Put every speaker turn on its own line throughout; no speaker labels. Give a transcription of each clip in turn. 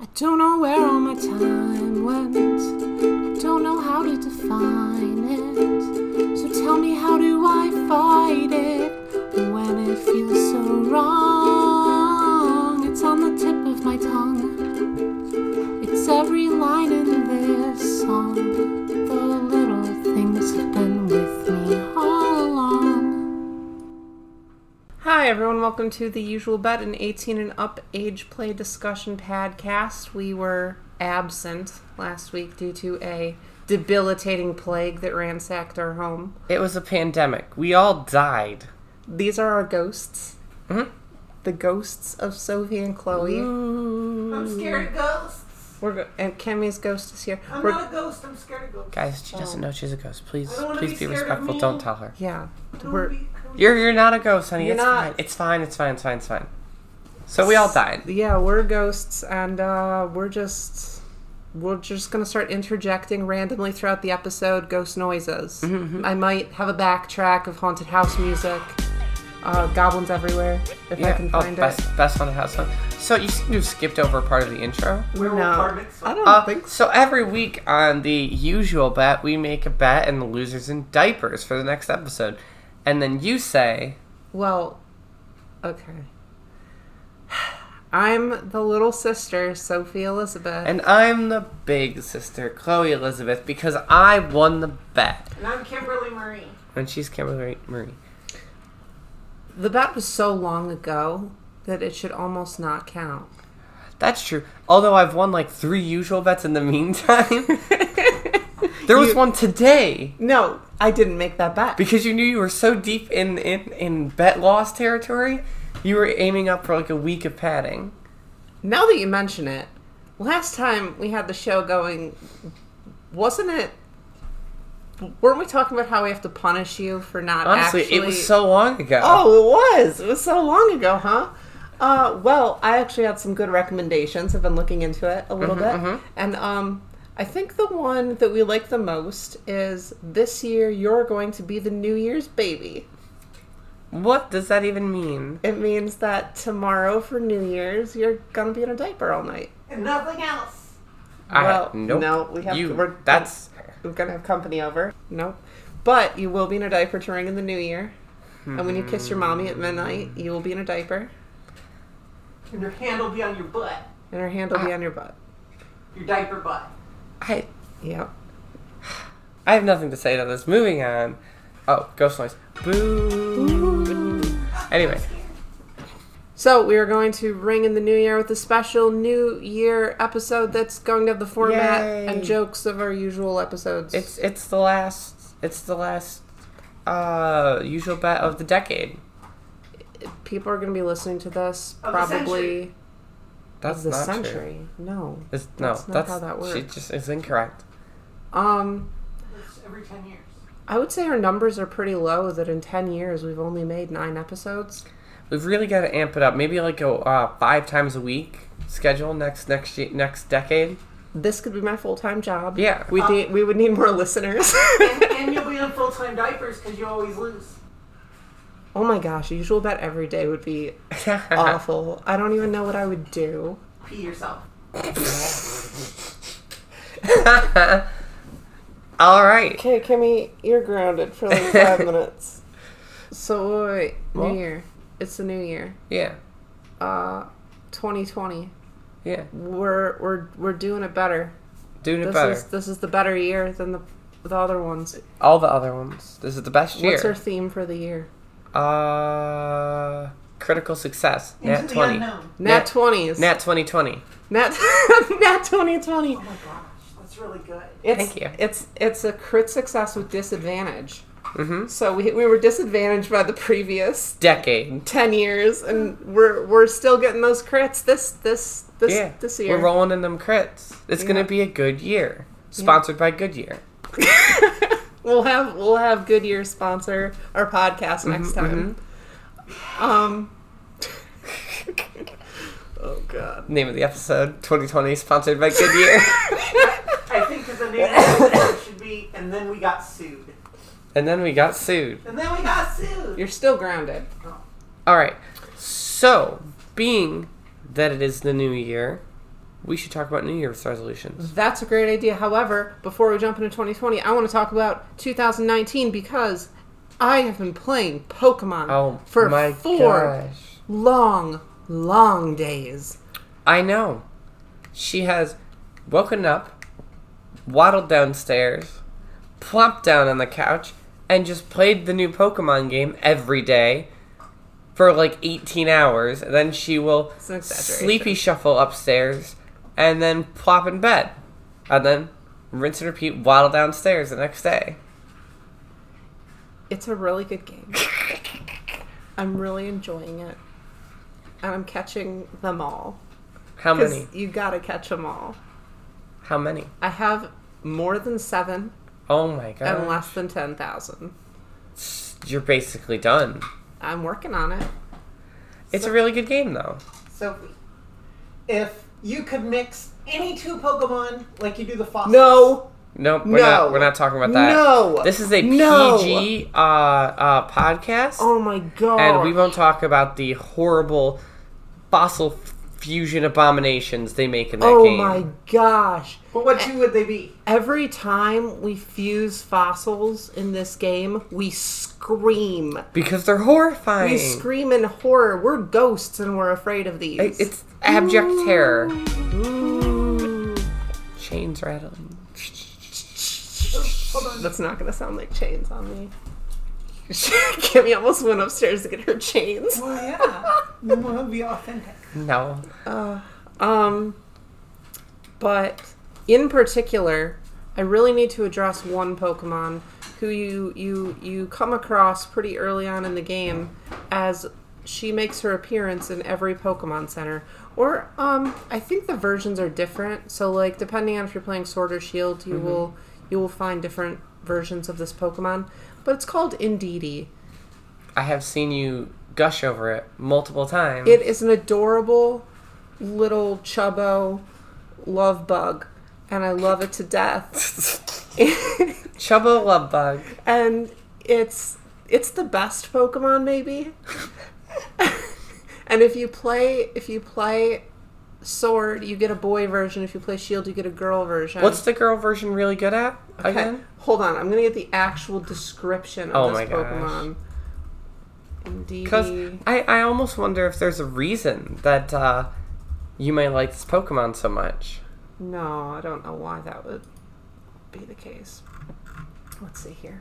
I don't know where all my time went. I don't know how to define it. So tell me, how do I fight it when it feels so wrong? It's on the tip of my tongue. It's every line in this song. The little things have been with me all along.
Hi, everyone. Welcome to the usual bet an 18 and up age play discussion podcast. We were absent last week due to a debilitating plague that ransacked our home.
It was a pandemic. We all died.
These are our ghosts. Mm-hmm. The ghosts of Sophie and Chloe.
I'm scared of ghosts.
Mm-hmm. We're go- and Kimmy's ghost is here.
I'm
We're-
not a ghost. I'm scared of ghosts.
Guys, she doesn't know she's a ghost. Please,
don't wanna
please
be
be,
scared of
respectful.
me.
Don't tell her.
yeah,
Don't
we're
be- don't-
You're you're not a ghost, honey.
You're
it's
not.
fine. It's fine. It's fine. It's fine. It's fine. So we all died.
yeah we're ghosts, and uh, we're just we're just gonna start interjecting randomly throughout the episode ghost noises.
Mm-hmm,
I might have a backtrack of haunted house music, uh, goblins everywhere if I can
oh,
find
best
it.
best haunted house song. So you seem to have skipped over part of the intro.
We're
Werewolf
not.
Harvest.
I don't
Uh,
think so.
so every week on the usual bet, we make a bet, and the losers in diapers for the next episode, and then you say,
Well, okay. I'm the little sister, Sophie Elizabeth.
and I'm the big sister, Chloe Elizabeth, because I won the bet,
And I'm Kimberly Marie.
and she's Kimberly Marie.
the bet was so long ago that it should almost not count.
That's true. Although I've won like three usual bets in the meantime. there was
You-
one today
No, I didn't make that bet.
because you knew you were so deep in, in in bet loss territory. You were aiming up for like a week of padding.
Now that you mention it, last time we had the show going, wasn't it? Weren't we talking about how we have to punish you for not
Honestly,
actually?
it was so long ago.
Oh, it was. It was so long ago, huh? Uh, well, I actually had some good recommendations. I've been looking into it a little
Mm-hmm,
bit, and um, I think the one that we like the most is this year. You're going to be the New Year's baby.
what does that even mean?
It means that tomorrow for New Year's, you're gonna be in a diaper all night.
And nothing else.
Well,
I, nope.
no, we have-
you,
we're-
that's
We're gonna have company over. Nope. But you will be in a diaper during the new year. And when you kiss your mommy at midnight, you will be in a diaper.
And your hand will be on your butt.
And her hand will be on your butt.
Your diaper butt.
I.
Yep.
I have nothing to say to this. Moving on. Oh, ghost noise. Boo. Anyway,
So we are going to ring in the new year with a special new year episode that's going to have the format
Yay.
and jokes of our usual episodes.
It's it's the last it's the last uh usual bet of the decade.
people are gonna be listening to this
Of the
probably
century.
That's
the
not true.
century. No.
It's, no,
That's
that's
not how that
She
works.
just is incorrect.
Um
It's every 10 years.
I would say our numbers are pretty low that in ten years we've only made nine episodes.
We've really got to amp it up. Maybe like a uh, five times a week schedule next next ye- next decade.
this could be my full time job.
Yeah.
we need we would need more listeners.
And, and you'll be in full time diapers because you always lose.
oh my gosh, a usual bet every day would be Uh-huh. awful. I don't even know what I would do.
Pee yourself.
All right.
Okay, Kimmy, you're grounded for like five minutes. So wait, wait,
Well-
New Year. It's the New Year.
Yeah.
Uh, 2020.
Yeah.
We're we're we're doing it better.
Doing it
This
better.
is this is the better year than the the other ones.
All the other ones. This is the best
What's our
year.
theme for the year?
uh critical success.
Into
Nat
the
20.
unknown.
Nat
Nat-
twenties.
Nat 2020.
Nat Nat twenty twenty.
Oh my gosh. That's really good.
It's,
Thank you.
It's it's a crit success with disadvantage.
Mhm.
So we, we were disadvantaged by the previous
Decade.
ten years, and we're we're still getting those crits this this this
yeah,
this year.
we're rolling in them crits. It's
Yeah.
gonna be a good year. Sponsored by Goodyear.
We'll have we'll have Goodyear sponsor our podcast
Mm-hmm,
next time. Um. oh God.
Name of the episode: 2020, sponsored by Goodyear.
I think 'cause the name of the episode should be, and then we got sued.
and then we got sued.
And then we got sued. Oh,
You're still grounded.
All right. So, being that it is the new year, we should talk about New Year's resolutions.
That's a great idea. However, before we jump into 2020, I want to talk about 2019 because I have been playing Pokemon
Oh
for
my
four
gosh.
long, long days.
I know. She has woken up, waddled downstairs, plopped down on the couch, and just played the new Pokemon game every day for like 18 hours. And then she will
an exaggeration.
sleepy shuffle upstairs and then plop in bed. And then rinse and repeat, waddle downstairs the next day.
It's a really good game. I'm really enjoying it. And I'm catching them all.
How many?
Because you gotta catch them all.
How many?
I have more than seven
Oh my
and
god.
less than 10,000.
You're basically done.
I'm working on it.
It's a really good game though.
Sophie, if you could mix any two Pokemon like you do the fossils.
No!
Nope, we're
No.
not. We're not talking about that.
No.
this is a
No.
PG uh, uh, podcast,
Oh my god.
and we won't talk about the horrible fossil f- fusion abominations they make in that
Oh
game.
my gosh.
But what two would they be?
Every time we fuse fossils in this game, we scream.
Because they're horrifying.
We scream in horror. We're ghosts and we're afraid of these.
It- It's abject terror.
Ooh.
Chains rattling.
That's not gonna sound like chains on me. Kimmy almost went upstairs to get her chains.
Well, yeah. we want to be authentic.
No,
Um, but in particular, I really need to address one Pokemon who you you you come across pretty early on in the game as she makes her appearance in every Pokemon Center. Or um, I think the versions are different. So like depending on if you're playing Sword or Shield, you will you will find different versions of this Pokemon. But it's called Indeedee.
I have seen you gush over it multiple times.
It is an adorable little chubbo love bug, and I love it to death.
Chubbo love bug.
and it's it's the best Pokemon, maybe. and if you play if you play Sword, you get a boy version. If you play Shield, you get a girl version.
What's the girl version really good at
Okay,
again?
Hold on, I'm gonna get the actual description of
Oh
this
my gosh.
Pokemon.
Because
Indeedee.
I, I almost wonder if there's a reason that uh, you might like this Pokemon so much.
No, I don't know why that would be the case. Let's see here.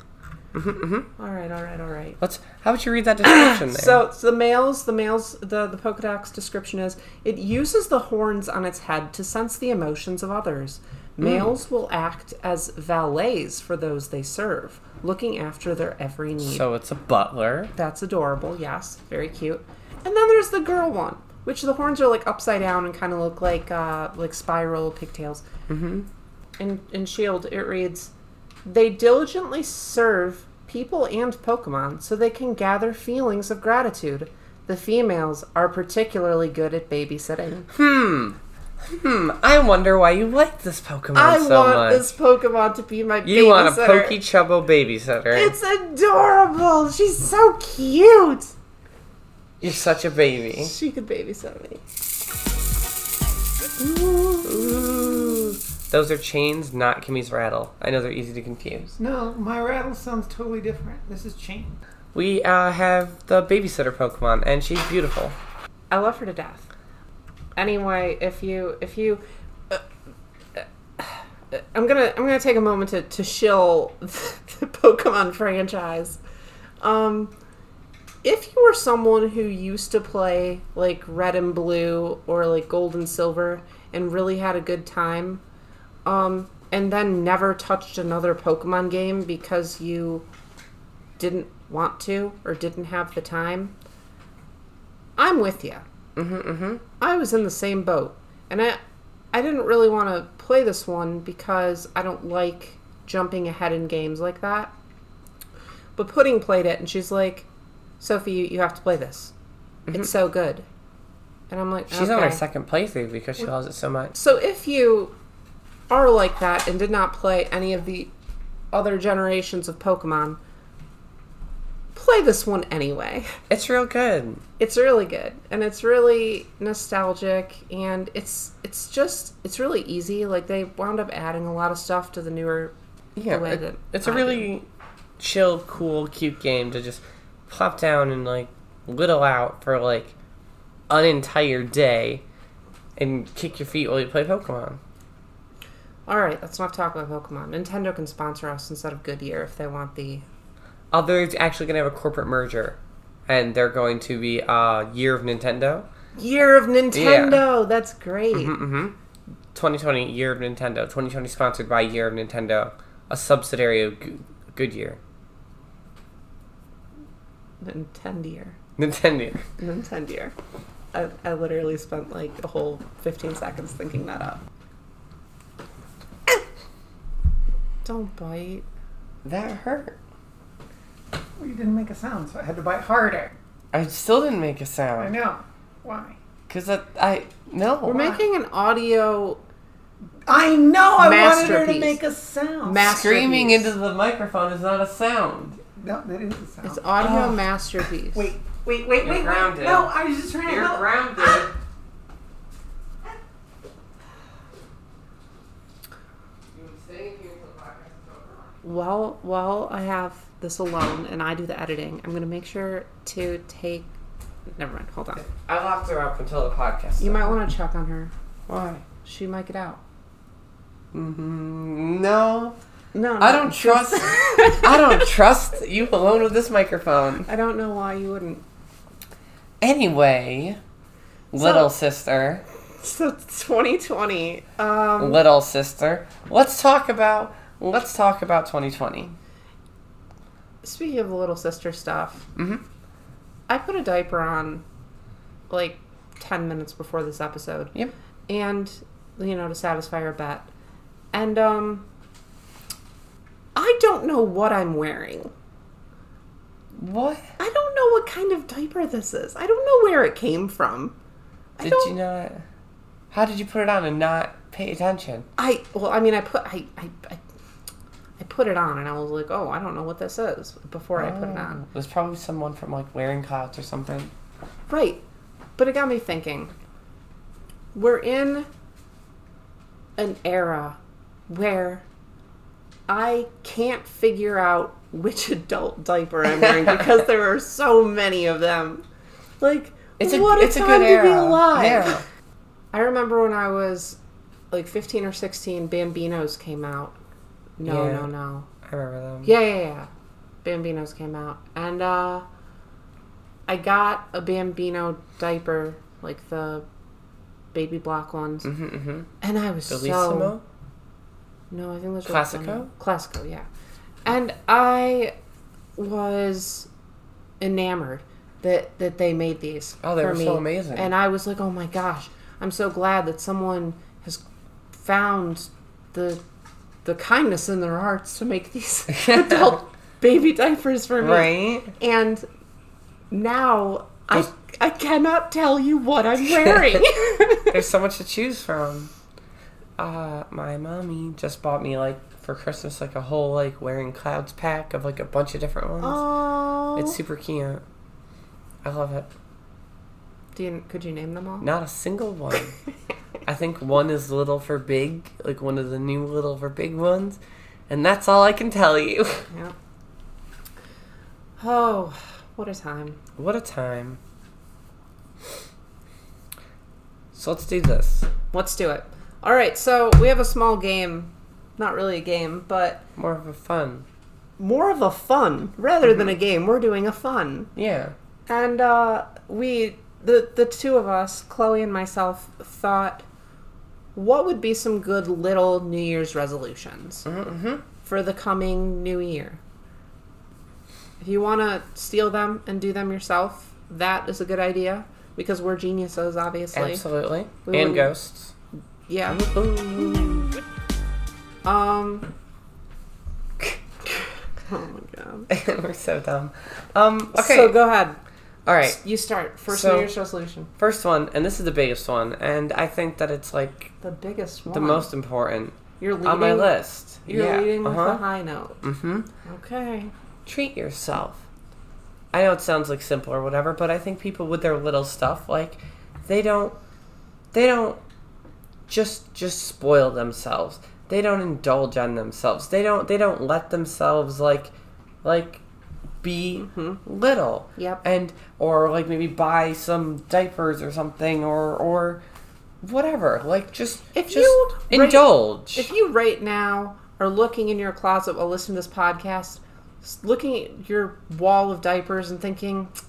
All right, all right, all right.
Let's. How would you read that description there?
So, so the males, the males, the the Pokedex description is it uses the horns on its head to sense the emotions of others. Males will act as valets for those they serve, looking after their every need.
So it's a butler.
That's adorable. Yes, very cute. And then there's the girl one, which the horns are like upside down and kind of look like uh, like spiral pigtails. Mm-hmm. In in Shield, it reads, "They diligently serve people and Pokemon, so they can gather feelings of gratitude." The females are particularly good at babysitting.
Hmm. I wonder why you like this Pokemon
I
so
want
much.
this Pokemon to be my
you
babysitter.
want a Pokey Chubbo babysitter.
It's adorable. She's so cute.
You're such a baby.
She could babysit me.
Ooh. Those are chains, not Kimmy's rattle. I know they're easy to confuse.
No, my rattle sounds totally different. This is chain.
We uh, have the babysitter Pokemon, and she's beautiful.
I love her to death. Anyway, if you if you, uh, uh, I'm gonna I'm gonna take a moment to to shill the Pokemon franchise. Um, if you were someone who used to play like Red and Blue or like Gold and Silver and really had a good time, um, and then never touched another Pokemon game because you didn't want to or didn't have the time, I'm with you. Mm-hmm, I was in the same boat, and I, I didn't really want to play this one because I don't like jumping ahead in games like that. But Pudding played it, and she's like, "Sophie, you, you have to play this. It's so good." And I'm like,
Mm-hmm. She's on her
"Okay."
second playthrough because she loves it so much.
So if you are like that and did not play any of the other generations of Pokemon, play play this one anyway.
It's real good.
It's really good and it's really nostalgic and it's it's just it's really easy. Like they wound up adding a lot of stuff to the newer
Yeah,
way
it-
that
it's a
I
really chill, cool, cute game to just plop down and like little out for like an entire day and kick your feet while you play Pokemon.
All right, let's not talk about Pokemon. Nintendo can sponsor us instead of Goodyear if they want the
Although it's actually gonna have a corporate merger, and they're going to be uh, Year of Nintendo.
Year of Nintendo. That's great.
Mm-hmm. 2020 Year of Nintendo. 2020 sponsored by Year of Nintendo, a subsidiary of Go- Goodyear.
Nintendier.
Nintendo.
Nintendier. I, I literally spent like the whole 15 seconds thinking that up. Don't bite.
That hurt.
Well, you didn't make a sound, so I had to bite harder.
I still didn't make a
I
sound.
know. Why?
Cause I, I no.
We're making an audio
I know. I wanted her to
Masterpiece.
make a sound.
masterpiece.
Screaming into the microphone is not a sound.
no, that is a sound.
It's audio
Oh.
masterpiece.
wait, wait, wait,
You're
wait,
grounded.
wait. No, I was just trying to help.
grounded.
While while I have this alone and I do the editing, I'm gonna make sure to take. Never mind. Hold on.
I locked her up until the podcast.
You might want to check on her.
Why?
She might get out.
Mm, no,
No,
I
no,
don't
just-
trust. I don't trust you alone with this microphone.
I don't know why you wouldn't.
Anyway, little sister,
So 2020. Um,
little sister, let's talk about let's talk about 2020.
speaking of the little sister stuff,
Mhm.
I put a diaper on like 10 minutes before this episode.
Yep.
And, you know, to satisfy her bet. And, um, I don't know what I'm wearing.
What
I don't know what kind of diaper this is. I don't know where it came from. I
did
don't-
you not? How did you put it on and not pay attention?
I well, I mean, I put I I, I, I put it on, and I was like, oh, I don't know what this is before I put it on.
It was probably someone from like wearing clouds or something.
Right, but it got me thinking. We're in an era where I can't figure out which adult diaper I'm wearing because there are so many of them. Like,
It's a
what a
it's a
time
good
to
era.
be alive.
Yeah.
I remember when I was like 15 or 16, Bambinos came out. No,
Yeah.
no, no.
I remember them.
Yeah, yeah, yeah. Bambinos came out. And uh, I got a Bambino diaper, like the baby black ones.
Mm-hmm, mm-hmm.
And I was so.
Bellissimo.
No, I think those
Classico?
were. Classico? Classico, yeah. And I was enamored that, that they made these.
Oh, they
for
were
me.
so amazing.
And I was like, oh my gosh, I'm so glad that someone has found the the kindness in their hearts to make these adult baby diapers for me.
right?
And now I I cannot tell you what I'm wearing.
There's so much to choose from. Uh, my mommy just bought me like for Christmas like a whole like wearing clouds pack of like a bunch of different ones.
oh,
It's super cute. I love it.
Do you, could you name them all?
Not a single one. I think one is little for big, like one of the new little for big ones, and that's all I can tell you.
Yeah. Oh, what a time.
What a time. So let's do this.
Let's do it. All right, so we have a small game. Not really a game, but
More of a fun.
more of a fun rather than a game. We're doing a fun.
Yeah.
And uh, we, the, the two of us, Chloe and myself, thought what would be some good little New Year's resolutions
Mm-hmm.
for the coming new year? If you want to steal them and do them yourself, that is a good idea because we're geniuses, obviously.
Absolutely.
We
and
wouldn't-
ghosts.
Yeah.
Ooh.
Um. oh my god.
We're so dumb. Um, okay.
So go ahead.
All right.
You start. First
So-
New Year's resolution.
First one, and this is the biggest one, and I think that it's like
The biggest one.
the most important
You're leading.
on my list.
You're
yeah.
leading with the
uh-huh.
high note.
Mm-hmm.
Okay.
Treat yourself. I know it sounds like simple or whatever, but I think people with their little stuff, like, they don't, they don't just just spoil themselves. They don't indulge on themselves. They don't they don't let themselves like like be hmm, little.
Yep.
And or like maybe buy some diapers or something or or whatever. Like just
If
just
you rate-
indulge.
If you right now are looking in your closet while listening to this podcast, s- looking at your wall of diapers and thinking,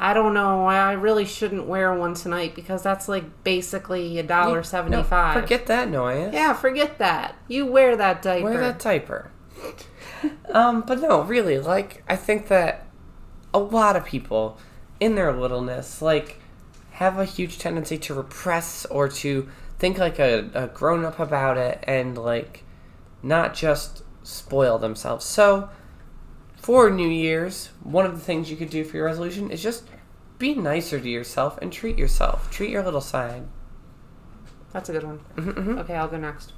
I don't know, I really shouldn't wear one tonight because that's like basically a dollar
No,
seventy-five.
forget that noise.
yeah, forget that. You wear that diaper.
Wear that diaper. um, but no, really, like I think that a lot of people in their littleness, like, have a huge tendency to repress or to think like a, a grown up about it and like not just spoil themselves. So for New Year's, one of the things you could do for your resolution is just be nicer to yourself and treat yourself. Treat your little side.
that's a good one.
Mm-hmm.
Okay, I'll go next.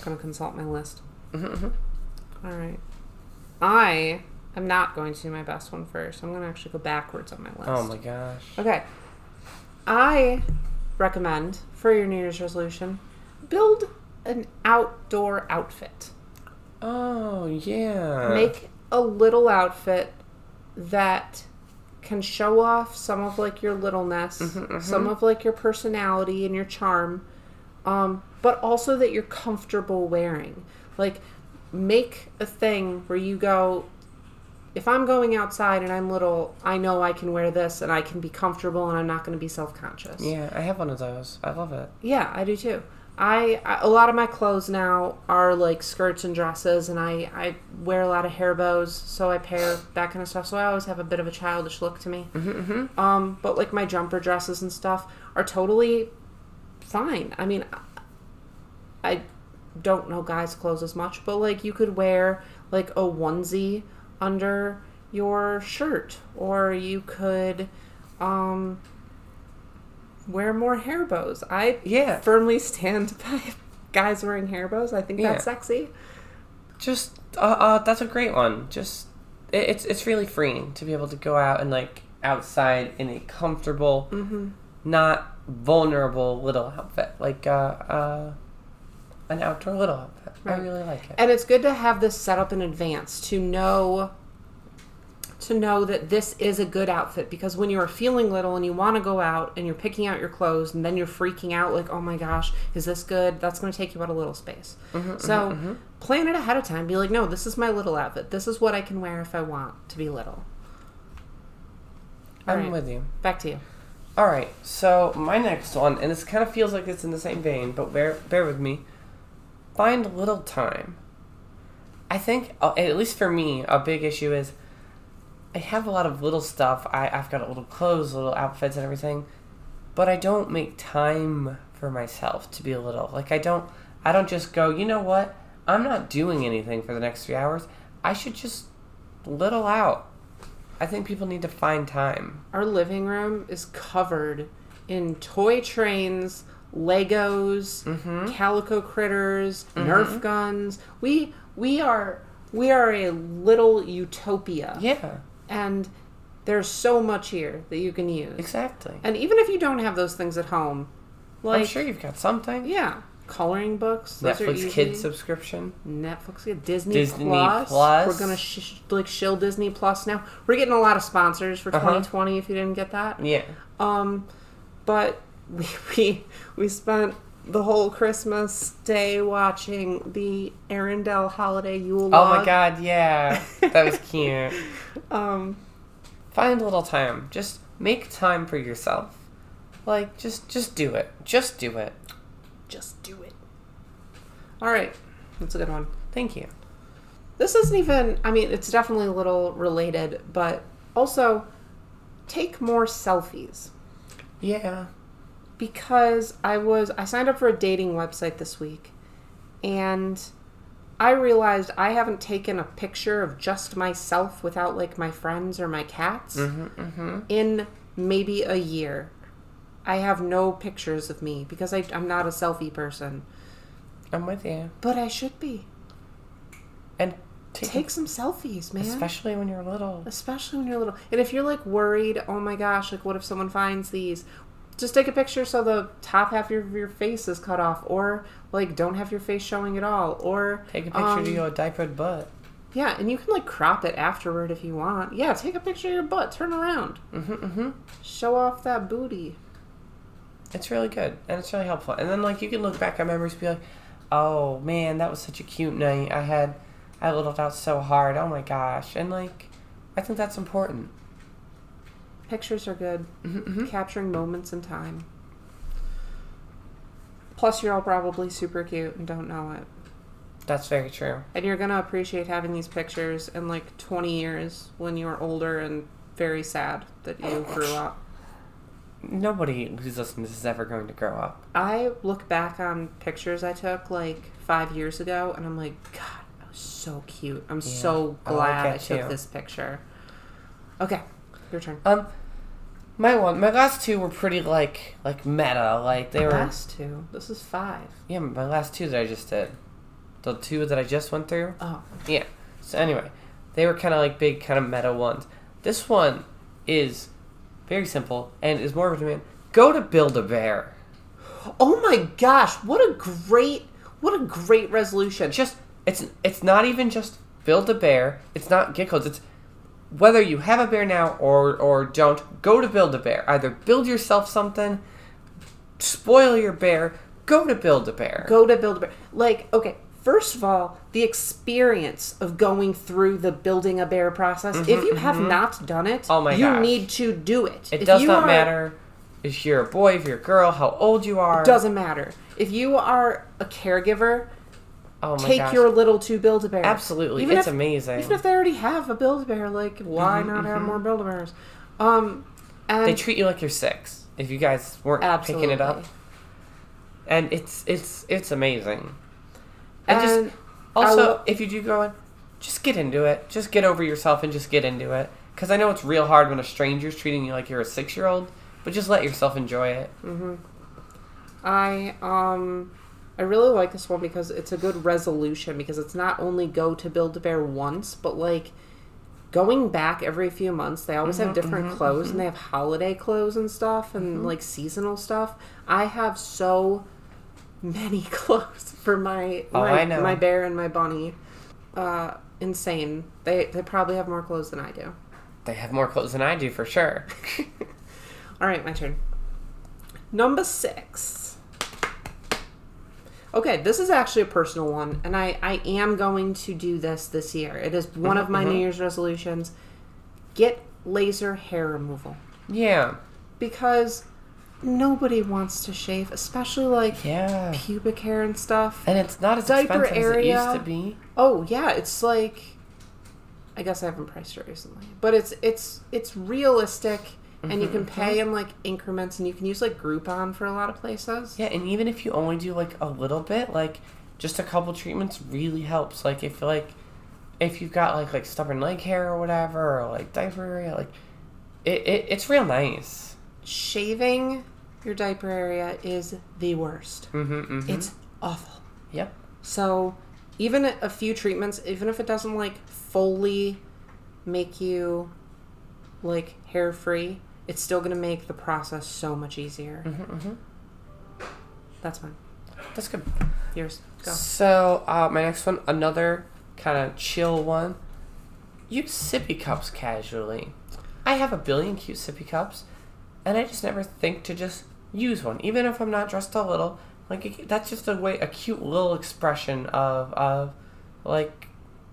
I'm gonna consult my list.
Mm-hmm.
All right. I am not going to do my best one first. I'm gonna actually go backwards on my list.
Oh my gosh.
Okay. I recommend for your New Year's resolution build an outdoor outfit.
Oh yeah.
Make a little outfit that can show off some of like your littleness,
Mm-hmm,
some of like your personality and your charm, um, but also that you're comfortable wearing. Like, make a thing where you go, if I'm going outside and I'm little, I know I can wear this and I can be comfortable and I'm not going to be self conscious.
Yeah, I have one of those. I love it.
Yeah, I do too. I, I a lot of my clothes now are like skirts and dresses, and I I wear a lot of hair bows, so I pair that kind of stuff. So I always have a bit of a childish look to me. Mm-hmm. Um, but like my jumper dresses and stuff are totally fine. I mean, I, I don't know guys' clothes as much, but like you could wear like a onesie under your shirt, or you could, um. Wear more hair bows. I
Yeah.
firmly stand by guys wearing hair bows. I think
Yeah.
that's sexy.
Just uh, uh that's a great one. Just it, it's it's really freeing to be able to go out and like outside in a comfortable,
Mm-hmm.
not vulnerable little outfit, like uh uh an outdoor little outfit. I
Right.
really like it.
And it's good to have this set up in advance to know to know that this is a good outfit because when you are feeling little and you want to go out and you're picking out your clothes and then you're freaking out like, "Oh my gosh, is this good?" That's going to take you out a little space. so, plan it ahead of time. Be like, "No, this is my little outfit. This is what I can wear if I want to be little."
I'm
Alright.
with you.
Back to you.
All right, so my next one, and this kind of feels like it's in the same vein, but bear bear with me. Find little time. I think, uh, at least for me, a big issue is I have a lot of little stuff. I, I've got little clothes, little outfits, and everything, but I don't make time for myself to be a little. Like I don't, I don't just go. You know what? I'm not doing anything for the next three hours. I should just little out. I think people need to find time.
Our living room is covered in toy trains, Legos,
Mm-hmm.
calico critters, Nerf guns. We we are we are a little utopia,
Yeah,
and there's so much here that you can use.
exactly.
And even if you don't have those things at home, like
I'm sure you've got something.
yeah, coloring books, those are
Netflix
easy. Mm-hmm.
kids subscription.
Netflix, yeah, Disney,
Disney
Plus.
Plus.
We're gonna sh- like shill Disney Plus now. We're getting a lot of sponsors for
Uh-huh.
2020. If you didn't get that,
Yeah.
Um, but we, we we spent the whole Christmas day watching the Arendelle holiday Yule
Oh my
log.
god, yeah. That was cute.
Um,
Find little time. Just make time for yourself. Like just just do it. Just do it.
just do it. All right, that's a good one.
Thank you.
This isn't even. I mean, it's definitely a little related, but also take more selfies.
Yeah.
because I was I signed up for a dating website this week and I realized I haven't taken a picture of just myself without like my friends or my cats
Mm-hmm.
in maybe a year. I have no pictures of me because I, I'm not a selfie person,
I'm with you.
but I should be.
And Take,
Take some selfies, man.
especially when you're little.
especially when you're little. And if you're like worried, oh my gosh, like what if someone finds these? Just take a picture so the top half of your, your face is cut off, or like don't have your face showing at all, or
Take a picture
um,
of your diapered butt.
Yeah, and you can like crop it afterward if you want. Yeah, take a picture of your butt, turn around,
Mm-hmm, mm-hmm.
show off that booty.
It's really good and it's really helpful. And then like you can look back at memories, and be like, oh man, that was such a cute night. I had, I littled out so hard. Oh my gosh. And like, I think that's important.
Pictures are good,
Mm-hmm.
capturing moments in time. Plus, you're all probably super cute and don't know it.
That's very true.
And you're gonna appreciate having these pictures in like 20 years when you're older and very sad that
Oh,
you grew up.
Nobody who's listening to this is ever going to grow up.
I look back on pictures I took like five years ago and I'm like, God, I was so cute. I'm so
Oh, I
glad I
get
took
you.
this picture. Okay, your turn.
Um, my one, my last two were pretty like like meta. Like they were
Last two. This is five.
yeah. My last two that I just did, the two that I just went through.
Oh,
Yeah. So anyway, they were kind of like big, kind of meta ones. This one is very simple and is more of a demand. Go to Build a Bear.
oh my gosh! What a great, what a great resolution.
Just it's it's not even just Build a Bear. It's not get clothes. It's whether you have a bear now or or don't. Go to Build a Bear. Either build yourself something, spoil your bear. Go to Build a Bear.
go to build a bear like okay first of all the experience of going through the building a bear process if you have not done it
Mm-hmm, Oh my
you
gosh.
need to do it
It
If
does
you
not
are-
matter if you're a boy, if you're a girl, how old you are.
doesn't matter if you are a caregiver
oh my
take
gosh.
your little to build a bear
Absolutely, it's amazing. Mm-hmm,
even if they already have a build a bear like why not have more build a bears um and
They treat you like you're six. If you guys weren't picking it up,
Absolutely.
and it's it's it's amazing. And,
And
just also,
I'll-
if you do go in, just get into it. Just get over yourself and just get into it. Because I know it's real hard when a stranger's treating you like you're a six year old, but just let yourself enjoy it.
I um I really like this one because it's a good resolution because it's not only go to Build a Bear once, but like going back every few months. They always
Mm-hmm,
have different clothes and they have holiday clothes and stuff and like seasonal stuff. I have so many clothes for my
Oh,
my,
I know.
my bear and my bunny. Uh insane. They they probably have more clothes than I do.
They have more clothes than I do for sure.
All right, my turn. Number six. Okay, this is actually a personal one, and I, I am going to do this this year. It is one of my New Year's resolutions. Get laser hair removal
yeah,
because nobody wants to shave, especially like
yeah.
pubic hair and stuff.
And it's not as
Diaper
expensive
area.
as it used to be.
Oh yeah, it's like I guess I haven't priced it recently, but it's it's it's realistic, and you can pay in like increments, and you can use like Groupon for a lot of places.
Yeah, and even if you only do like a little bit, like just a couple treatments really helps. Like if like if you've got like like stubborn leg hair or whatever, or like diaper area, like it, it it's real nice.
Shaving your diaper area is the worst.
Mm-hmm.
It's awful.
Yep.
So even a few treatments, even if it doesn't like fully make you like hair free, it's still gonna make the process so much easier.
Mm-hmm,
That's mine.
That's good.
Yours. Go.
So uh, my next one, another kind of chill one. Use sippy cups casually. I have a billion cute sippy cups, and I just never think to just use one, even if I'm not dressed a little. Like it- that's just a way, a cute little expression of of like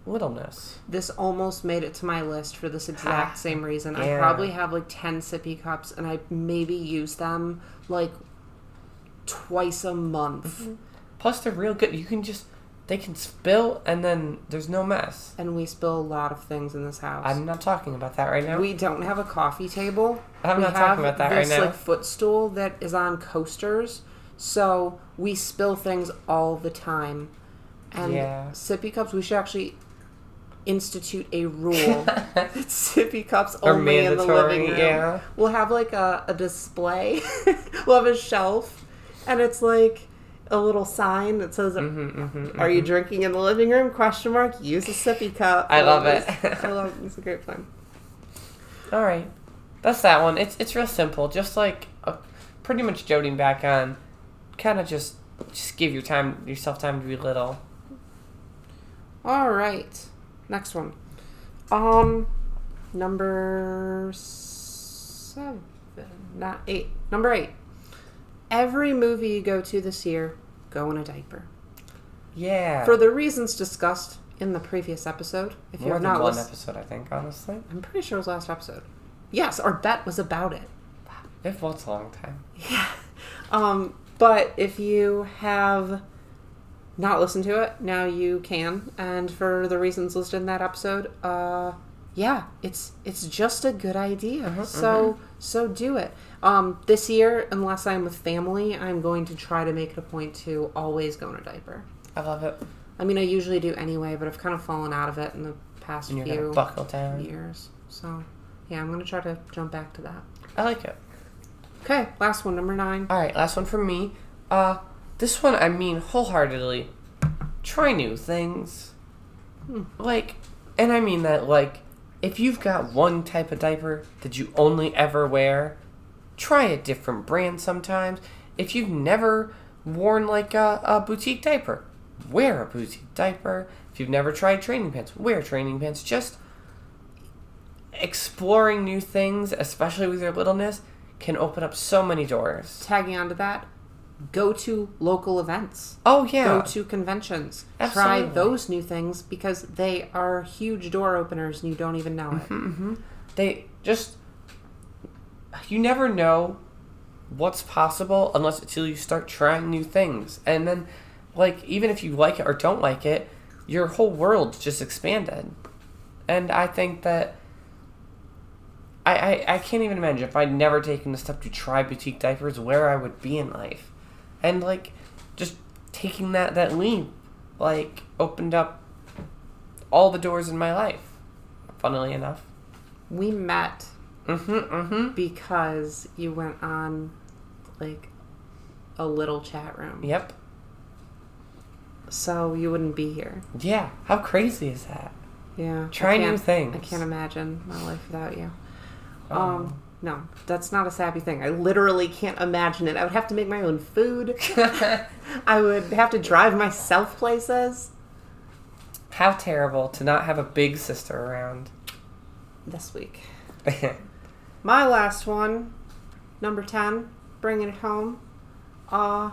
littleness.
This almost made it to my list for this exact same reason. I
Yeah.
probably have like 10 sippy cups and I maybe use them like twice a month.
Mm-hmm. Plus, they're real good. You can just they can spill, and then there's no mess.
And we spill a lot of things in this house.
I'm not talking about that right now.
we don't have a coffee table.
I'm
we
not
have
talking about that
this,
right now.
like footstool that is on coasters. So we spill things all the time. And
Yeah.
sippy cups, we should actually institute a rule that sippy cups
They're
only in the
mandatory,
living room.
yeah.
We'll have like a, a display. we'll have a shelf, and it's like a little sign that says,
hmm
"Are you drinking in the living room?" Question mark. Use a sippy cup.
I love
Always-
it.
I love it. It's a great plan.
All right, that's that one. It's it's real simple. Just like uh pretty much joting back on, kind of just just give your time yourself time to be little.
All right, next one. Um, number seven, not eight. Number eight. Every movie you go to this year, go in a diaper.
Yeah.
For the reasons discussed in the previous episode, if you
more
have
than
not
one
listened,
episode, I think. Honestly,
I'm pretty sure it was last episode. Yes, our bet was about it.
it was a long time.
Yeah. Um, but if you have not listened to it, now you can. And for the reasons listed in that episode, uh, yeah, it's it's just a good idea.
Uh-huh,
so so do it. Um, this year, unless I'm with family, I'm going to try to make it a point to always go in a diaper.
I love it.
I mean, I usually do anyway, but I've kind of fallen out of it in the past
And you're
few
gonna buckle down.
years. So yeah, I'm gonna try to jump back to that.
I like it.
Okay, last one, number nine.
All right, last one from me. Uh, this one I mean wholeheartedly. Try new things. Hmm, Like, and I mean that like, if you've got one type of diaper that you only ever wear, try a different brand sometimes. If you've never worn like a, a boutique diaper, wear a boutique diaper. If you've never tried training pants, wear training pants. Just exploring new things, especially with your littleness, can open up so many doors.
tagging onto that, go to local events,
Oh yeah.
go to conventions, try
Absolutely.
those new things because they are huge door openers and you don't even know it.
Mm-hmm. they just you never know what's possible unless until you start trying new things. And then like even if you like it or don't like it, your whole world's just expanded. And I think that I, I, I can't even imagine if I'd never taken the step to try boutique diapers where I would be in life. And like just taking that, that leap like opened up all the doors in my life, funnily enough.
We met
Mm-hmm, mm-hmm.
because you went on like a little chat room.
Yep.
So you wouldn't be here.
Yeah. How crazy is that?
Yeah. I
Try new
can't-
things. Oh.
I can't imagine my life without you. Um no, that's not a sappy thing. I literally can't imagine it. I would have to make my own food. I would have to drive myself places.
How terrible to not have a big sister around.
this week.
yeah.
My last one, number 10, bringing it home. Uh,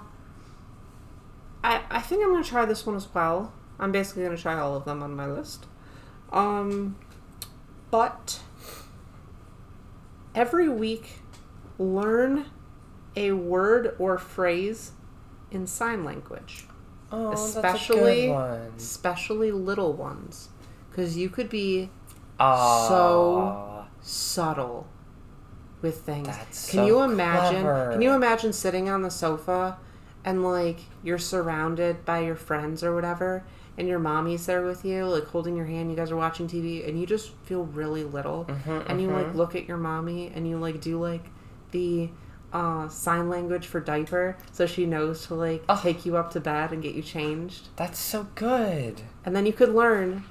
I, I think I'm going to try this one as well. I'm basically going to try all of them on my list. Um, but every week, learn a word or phrase in sign language,
Oh,
Especially-
that's
especially little ones, because you could be
a good one. Aw,
so- subtle with things.
That's
can
so
you imagine?
clever.
Can you imagine sitting on the sofa and like you're surrounded by your friends or whatever, and your mommy's there with you, like holding your hand. You guys are watching TV, and you just feel really little.
Mm-hmm,
and you like look at your mommy, and you like do like the uh, sign language for diaper, so she knows to like
Oh.
take you up to bed and get you changed.
That's so good.
And then you could learn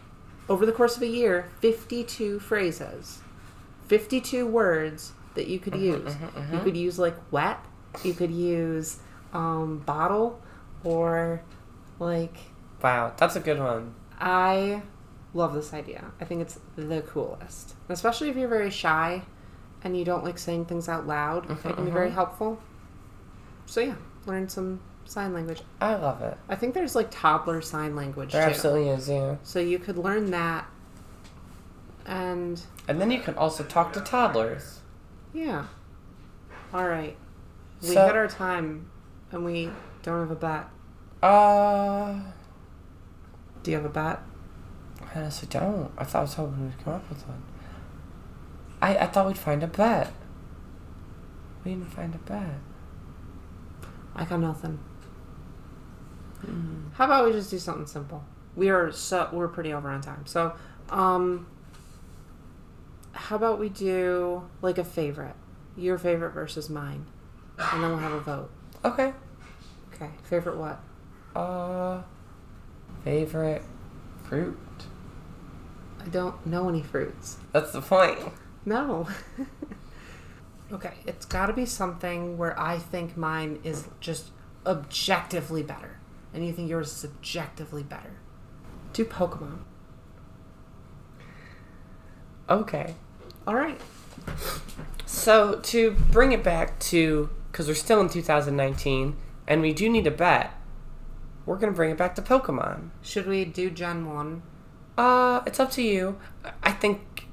over the course of a year 52 phrases, 52 words that you could
Mm-hmm,
use. You could use like wet, you could use um, bottle, or like
Wow, that's a good one.
I love this idea. I think it's the coolest. And especially if you're very shy and you don't like saying things out loud, it
Mm-hmm,
can be very helpful. So, yeah, learn some sign language.
I love it.
I think there's like toddler sign language
There
too.
absolutely is, yeah.
So you could learn that. And
And then you can also talk to toddlers.
yeah. All right. We
So-
hit our time and we don't have a bet.
Uh,
Do you have a bet?
I honestly don't. I thought I was hoping we'd come up with one. I, I thought we'd find a bet. We didn't find a bet.
I got nothing. How about we just do something simple? We are so we're pretty over on time. So, um how about we do like a favorite? Your favorite versus mine. And then we'll have a vote.
Okay.
Okay. Favorite what?
Uh, favorite fruit.
I don't know any fruits.
That's the point.
No. okay, it's got to be something where I think mine is just objectively better, and you think yours is subjectively better. Do Pokemon.
Okay.
All right.
So to bring it back to because we're still in 2019 and we do need a bet. We're gonna bring it back to Pokemon.
Should we do Gen 1?
Uh, it's up to you. I- I think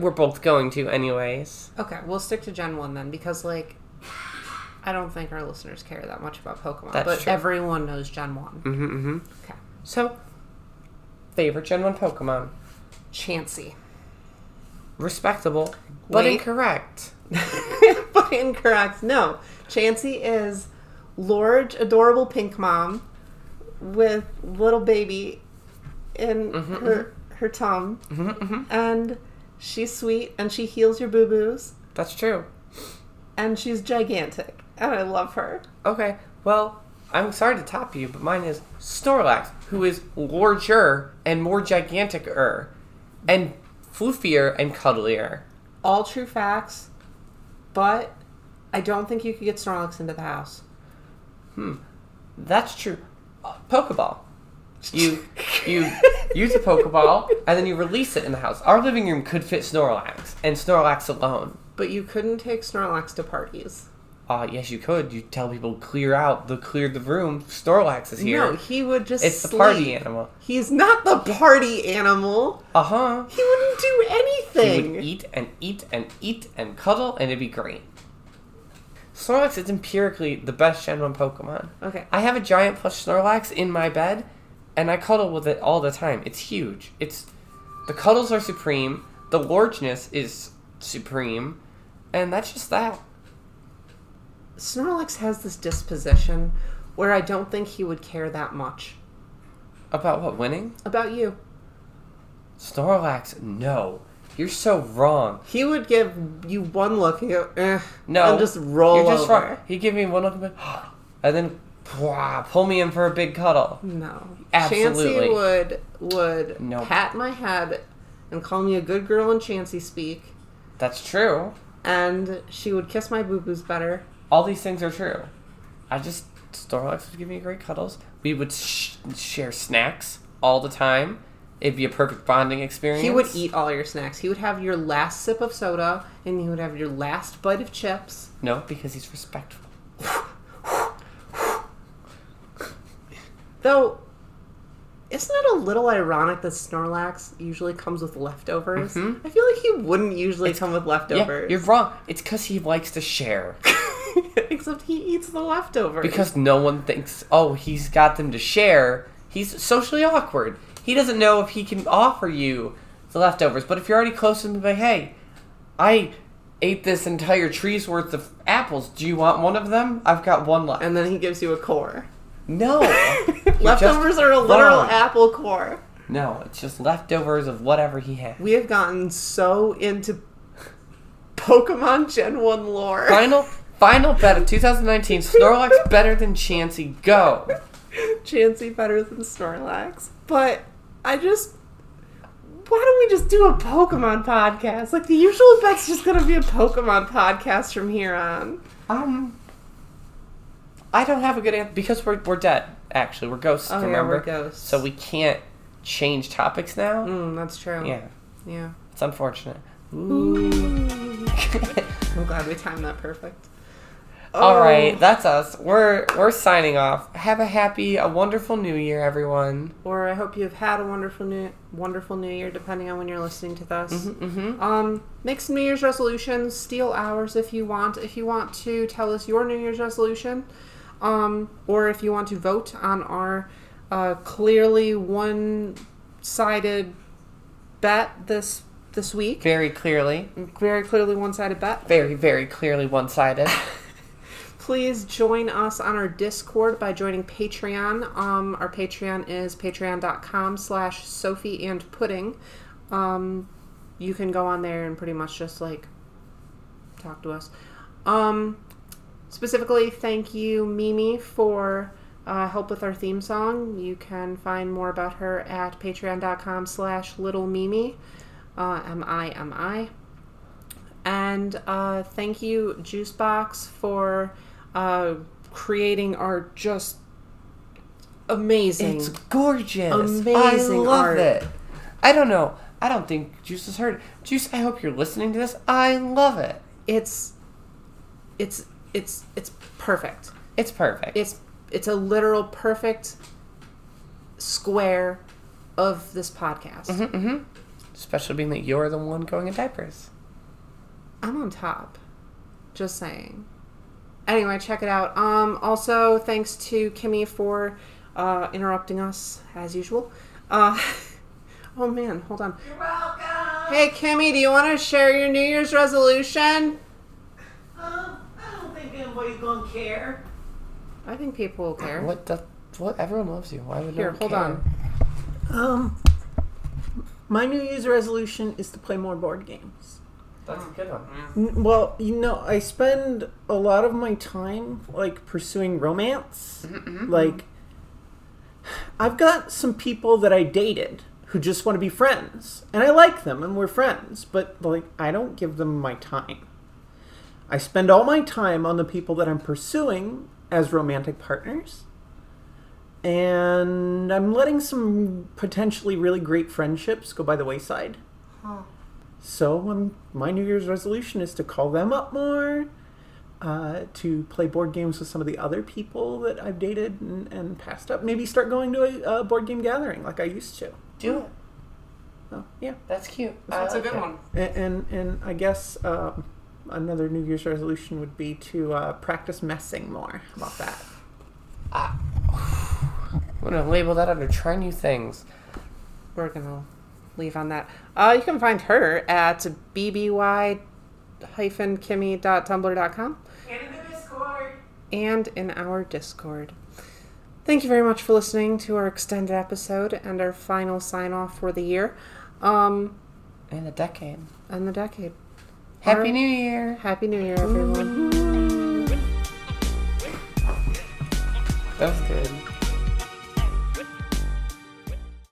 we're both going to, anyways.
Okay, we'll stick to Gen 1 then because, like, I don't think our listeners care that much about Pokemon,
That's
but
true.
everyone knows Gen 1.
Mm-hmm. mm-hmm.
Okay.
So, favorite Gen One Pokemon.
Chansey.
Respectable, but
Wait.
incorrect.
but incorrect. No, Chansey is large, adorable pink mom with little baby in
Mm-hmm,
her her tum, and she's sweet and she heals your boo boos
That's true.
and she's gigantic and I love her.
Okay. Well, I'm sorry to top you, but mine is Snorlax, who is larger and more gigantic-er, and floofier and cuddlier.
All true facts, but I don't think you could get Snorlax into the house.
That's true. Uh, Pokeball. You you use a Pokeball and then you release it in the house. Our living room could fit Snorlax and Snorlax alone.
But you couldn't take Snorlax to parties.
Uh yes you could. You tell people clear out the clear the room. Snorlax is here.
No, he would just.
it's the party
sleep.
animal.
He's not the party animal.
Uh-huh.
He wouldn't do
He
anything.
would eat and eat and eat and cuddle and it'd be great. Snorlax is empirically the best Gen 1 Pokemon.
Okay.
I have a giant plush Snorlax in my bed, and I cuddle with it all the time. It's huge. It's the cuddles are supreme. The largeness is supreme, and that's just that.
Snorlax has this disposition where I don't think he would care that much
About what winning?
about you.
Snorlax, no, you're so wrong.
He would give you one look and go, eh,
No,
and just roll
You're just
over.
wrong. He give me one look, and be- and then pwah, pull me in for a big cuddle.
No,
Absolutely.
Chansey would would
Nope.
pat my head and call me a good girl in Chansey speak,
That's true.
and she would kiss my boo boos better.
All these things are true. I just Snorlax would give me great cuddles. We would sh- share snacks all the time. It'd be a perfect bonding experience.
He would eat all your snacks. He would have your last sip of soda, and he would have your last bite of chips.
No, because he's respectful.
Though, isn't it a little ironic that Snorlax usually comes with leftovers? I feel like he wouldn't usually come with
Mm-hmm. Yeah,
leftovers.
you're wrong. It's because he likes to share.
Except he eats the leftovers.
Because no one thinks, oh, he's got them to share. He's socially awkward. He doesn't know if he can offer you the leftovers. But if you're already close to him, like, hey, I ate this entire tree's worth of apples. Do you want one of them? I've got one left.
and then he gives you a core.
No.
leftovers are a literal
wrong.
apple core.
No, it's just leftovers of whatever he had.
We have gotten so into Pokemon Gen 1 lore.
Final final bet of 2019 Snorlax better than Chansey. Go.
Chansey better than Snorlax. But I just. Why don't we just do a Pokemon podcast? Like, the usual bet's just gonna be a Pokemon podcast from here on.
Um I don't have a good answer because we're we're dead actually. We're ghosts,
Oh, yeah, we're
remember?
ghosts.
So we can't change topics now.
Mm, that's true.
Yeah.
Yeah.
It's unfortunate.
I'm glad we timed that perfect.
All right,
Oh.
that's us. We're we're signing off. Have a happy, a wonderful new year everyone.
Or I hope you've had a wonderful new wonderful new year, depending on when you're listening to this. Um, make some New Year's resolutions. Steal ours if you want. If you want to tell us your New Year's resolution, um, or if you want to vote on our uh, clearly one-sided bet this this week,
Very clearly.
very clearly one-sided bet.
Very very clearly one-sided.
please join us on our discord by joining patreon um, our patreon is patreon.com slash sophie and pudding um, you can go on there and pretty much just like talk to us um, Specifically, thank you, Mimi, for uh, help with our theme song. You can find more about her at patreon.com slash little Mimi, uh, M-I-M-I. And uh, thank you, Juicebox, for uh, creating our just amazing...
It's gorgeous. I
Amazing
love
art.
it. I don't know. I don't think Juice has heard. Juice, I hope you're listening to this. I love it.
it's it's it's it's perfect.
It's perfect.
It's it's a literal perfect square of this podcast.
mm-hmm. Especially being that you're the one going in diapers.
I'm on top. Just saying. Anyway, check it out. Um, also, thanks to Kimmy for uh, interrupting us as usual. Uh, oh man, hold on.
You're welcome.
Hey Kimmy, do you want to share your New Year's resolution?
Um, I don't think anybody's gonna care.
I think people will care.
What the? What? Everyone loves you. Why would no
Here,
one
hold
care?
on.
Um, my New Year's resolution is to play more board games.
That's a good one.
N- Well, you know, I spend a lot of my time like pursuing romance. Like, I've got some people that I dated who just want to be friends, and I like them, and we're friends. But like, I don't give them my time. I spend all my time on the people that I'm pursuing as romantic partners. And I'm letting some potentially really great friendships go by the wayside. So um, my New Year's resolution is to call them up more, uh, to play board games with some of the other people that I've dated and, and passed up. Maybe start going to a, uh board game gathering like I used to.
Do it.
Oh, yeah.
That's cute.
That's
I
a
like
good
it.
one.
And and, and I guess um, another New Year's resolution would be to uh, practice messing more. How about that?
I'm gonna label that under try new things.
we're gonna leave on that. Uh, you can find her at bby kimmy.tumblr.com
Get in the Discord.
and in our Discord. Thank you very much for listening to our extended episode and our final sign off for the year um,
In a decade.
and the decade.
Happy
Alright.
New Year.
Happy New Year, everyone.
That was good.